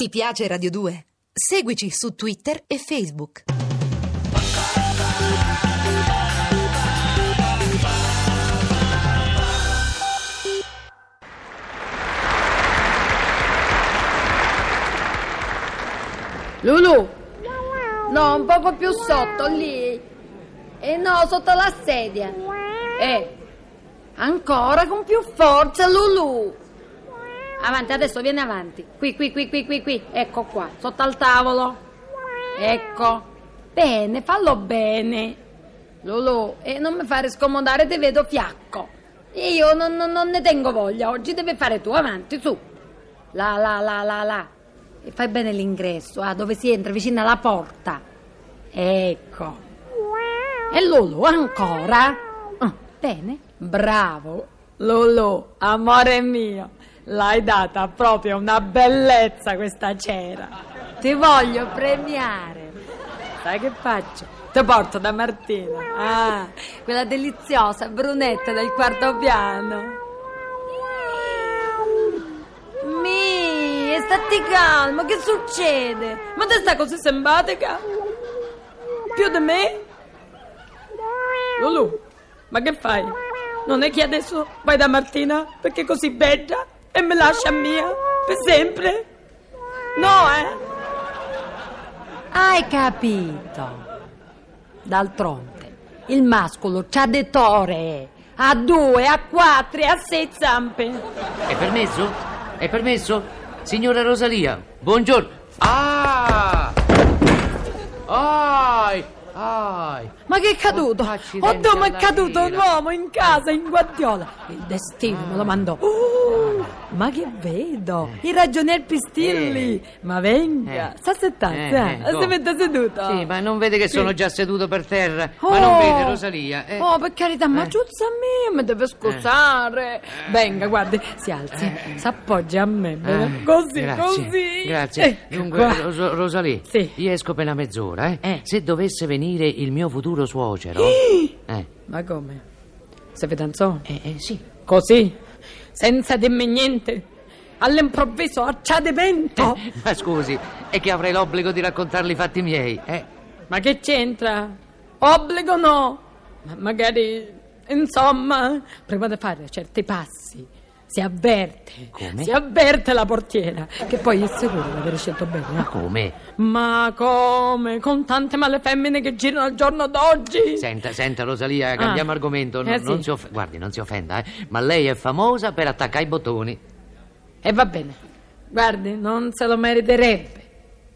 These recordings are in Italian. Ti piace Radio 2? Seguici su Twitter e Facebook. Lulu! No, un poco più sotto, lì. E no, sotto la sedia. Eh, ancora con più forza, Lulu. Avanti, adesso vieni avanti. Qui, qui, qui, qui, qui, qui. Ecco qua, sotto al tavolo. Ecco. Bene, fallo bene. Lulu, eh, non mi fare scomodare, ti vedo fiacco. Io non, non- non ne tengo voglia, oggi devi fare tu, avanti, su. Là, là, là, là, là. E fai bene l'ingresso, ah, dove si entra, vicino alla porta. Ecco. E Lulu ancora? Ah, bene, bravo. Lulu, amore mio, l'hai data proprio una bellezza questa cera. Ti voglio premiare. Sai che faccio? Ti porto da Martina. Ah, quella deliziosa brunetta del quarto piano. Mi, e stati calma, che succede? Ma te sta così simpatica? Più di me? Lulu, ma che fai? Non è che adesso vai da Martina perché è così bella e me lascia mia per sempre? No, eh? Hai capito. D'altronde, il mascolo c'ha de tore. A due, a quattro, e a sei zampe. È permesso? È permesso? Signora Rosalia, buongiorno. Ah! Ai! Ai! Ma che è caduto? accidenti Oddio, ma è alla caduto un mira. uomo in casa, in guardiola. Il destino me lo mandò. Oh, Uh, ma che vedo? Il ragionier Pistilli. Ma venga, Eh. sta settata. Eh, eh, si oh. mette seduto. Sì, ma non vede che sono già seduto per terra. Ah. Oh! Ma non vede Rosalia? eh? Oh, per carità, ma Eh. giuzza a me, mi deve scusare. Venga, guardi, si alzi, si appoggia a me. Eh. Ah, vede? così, grazie, così. Grazie. Ecco qua. Dunque, Ros- Rosalia, Sì. io esco per una mezz'ora, eh? Eh. Se dovesse venire il mio futuro suocero. eh, Ma come? Si fidanzò? eh, eh, sì. Così, senza dirmi niente, all'improvviso acciade vento. Ma scusi, è che avrei l'obbligo di raccontarli i fatti miei, eh? Ma che c'entra? Obbligo no, ma magari, eh, insomma, prima di fare certi passi si avverte, Come? si avverte la portiera, che poi è sicuro di aver scelto bene. Ma eh. come? Ma come? Con tante male femmine che girano al giorno d'oggi? Senta, senta Rosalia, cambiamo Ah. argomento. n- Eh, sì. non si off- guardi, non si offenda, eh, ma lei è famosa per attaccare i bottoni. E va bene, guardi, non se lo meriterebbe,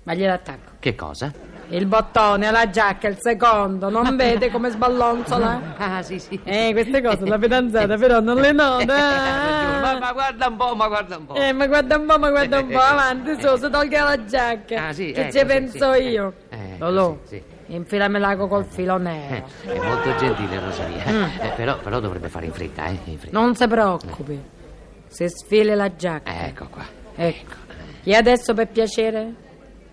ma gliel'attacco. Che cosa? Il bottone alla giacca, il secondo, non vede come sballonzola? Ah, sì, sì. Eh, queste cose la fidanzata però non le Ha Eh, ragione. ma, nota. ma guarda un po', ma guarda un po'. Eh, ma guarda un po', ma guarda un po', Eh, eh, avanti eh. su, si tolga la giacca. Ah, sì, Che ecco, ci sì, penso sì, eh, io. eh, Lolo, sì, infilamela col filo Eh, nero. è molto gentile Rosalia, Eh, però, però dovrebbe fare in fretta, eh, in fretta. Mm. Non si preoccupi, se sfile la giacca. Eh. Ecco qua. Ecco. E adesso, per piacere,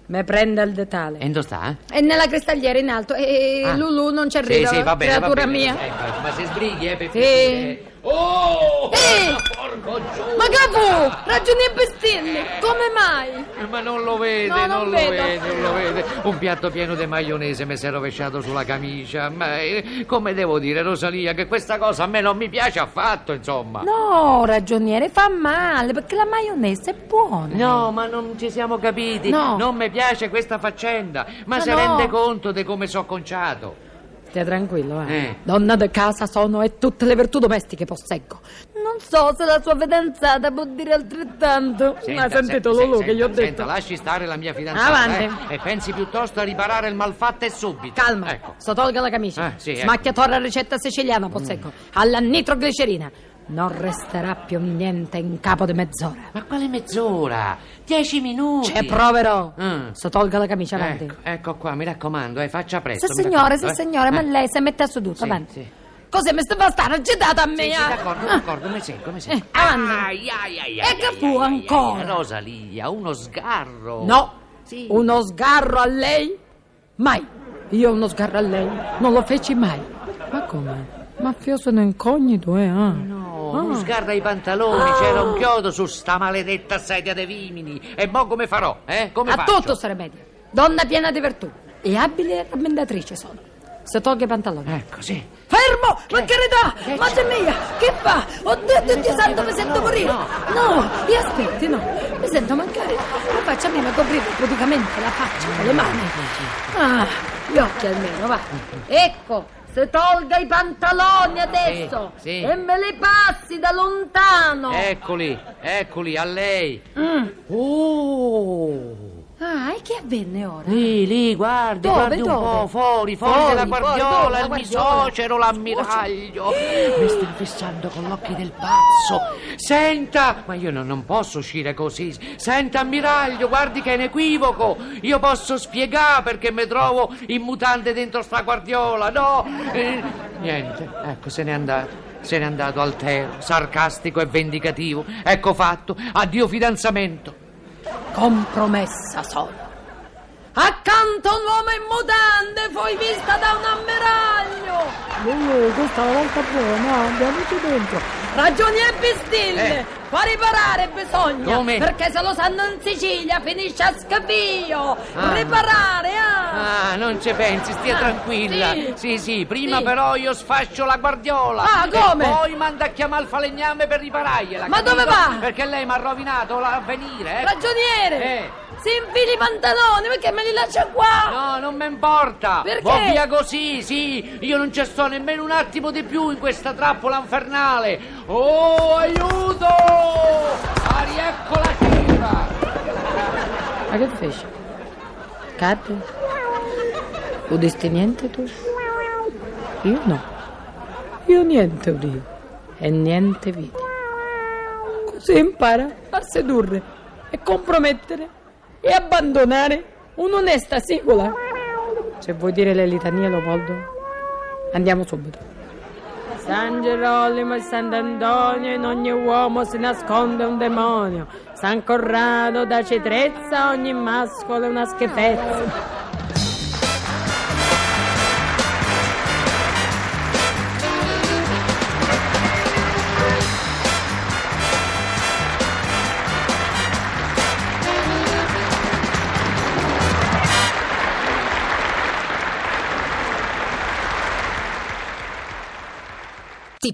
me prenda il detale. E dove sta? eh? E nella cristalliera in alto, e Ah. Lulu non ci Sì, arriva, sì, va bene, creatura va bene. mia. Ecco, ma se sbrighi, eh, per Sì. piacere. Oh! Ehi! Porco giù! Ma che fu? Ragioni e bestilli, come mai? Eh, Ma non lo vede, No, non non, lo vedo. vede, non lo vede. Un piatto pieno di maionese mi si è rovesciato sulla camicia. Ma eh, come devo dire, Rosalia, che questa cosa a me non mi piace affatto, insomma. No, ragioniere, fa male perché la maionese è buona. No, ma non ci siamo capiti. No. Non mi piace questa faccenda. Ma, Ma si no. rende conto di come sono conciato? Stai tranquillo, eh. Eh. Donna di casa sono e tutte le virtù domestiche posseggo. Non so se la sua fidanzata può dire altrettanto. Ma Senta, sentito sen- Lulu sen- che gli ho senta, detto. Senta, lasci stare la mia fidanzata. Avanti. eh, e pensi piuttosto a riparare il malfatto e subito. Calma, Ecco. sto tolga la camicia. Ah, sì, ecco. Mm. Smacchiatora ricetta siciliana posseggo. Alla nitroglicerina. Non resterà più niente in capo di mezz'ora. Ma quale mezz'ora? Dieci minuti. Ci proverò. Mm. Sto tolga la camicia avanti. Oh, Ecco, ecco qua, mi raccomando, eh, faccia presto. Se mi signore, se raccomando, eh. signore, ma Eh, lei si mette a seduto, sì, avanti. sì. Così mi stai stare agitata a me. Sì, sì, ah? d'accordo, d'accordo, mi seguo, mi seguo. avanti. Ai, ai, ai, E ai, che ai, fu ai, ai, ancora? ai, Rosalia, uno sgarro. No, Sì. uno sgarro a lei? Mai. Io uno sgarro a lei non lo feci mai. Ma come? Mafioso non incognito, eh? ah? No, non sgarra i pantaloni, c'era un chiodo su sta maledetta sedia dei vimini. E mo come farò, eh? Come A faccio? tutto sarà media. Donna piena di virtù. E abile rammendatrice sono. Se tolga i pantaloni. Ecco, sì. Fermo! Ma che ne dà? Madre mia! Che fa? Oddio, Dio santo, mi sento morire! No! E aspetti, no! Mi sento mancare. La faccia almeno coprire praticamente la faccia con le mani. Ah, gli occhi almeno, va. Ecco, se tolga i pantaloni adesso sì. e me li passi da lontano. Eh. Eccoli, eccoli, a lei. Ah. Mm. Oh! Ah, e che avvenne ora? Lì, lì, guardi, Dove, guardi un dove? po', fuori, fuori, Fuori, dalla fuori, guardiola, dove? La il guardiola. mio socero, l'ammiraglio. Mi sta fissando con gli occhi del pazzo. Senta, ma io non, non posso uscire così. Senta, ammiraglio, guardi che è un equivoco. Io posso spiegare perché mi trovo in mutante dentro sta guardiola, no? Eh, niente, ecco, se n'è andato. Se n'è andato altero, sarcastico e vendicativo. Ecco fatto. Addio fidanzamento. Compromessa sono. Accanto a un uomo in mutande fui vista da un ammiraglio. Lulu, questa è la volta buona, andiamoci dentro. Ragioni e bestille, Eh. fa riparare bisogna, Come? perché se lo sanno in Sicilia finisce a scapio, Ah. riparare, ah. Ah, non ci pensi, stia tranquilla. sì. Sì, sì, prima Sì. però io sfascio la guardiola. Ah, come? E poi manda a chiamare il falegname per riparargliela. Ma capito? dove va? Perché lei mi ha rovinato l'avvenire, eh. Ragioniere, Eh. Ah. si infili i pantaloni perché me li lascia qua. No, non mi importa. Perché? Vo via così, sì. Io non ci sto nemmeno un attimo di più in questa trappola infernale. Oh, aiuto! Ari, ecco la cifra. Ma che fece? Cadde? Udisti niente tu? Io no. Io niente udì e niente vidi. Così impara a sedurre e compromettere e abbandonare un'onesta sigola. Se vuoi dire le litanie, Leopoldo, andiamo subito. San Gerolimo e Sant'Antonio, in ogni uomo si nasconde un demonio. San Corrado da cetrezza, ogni mascolo è una schifezza. Ti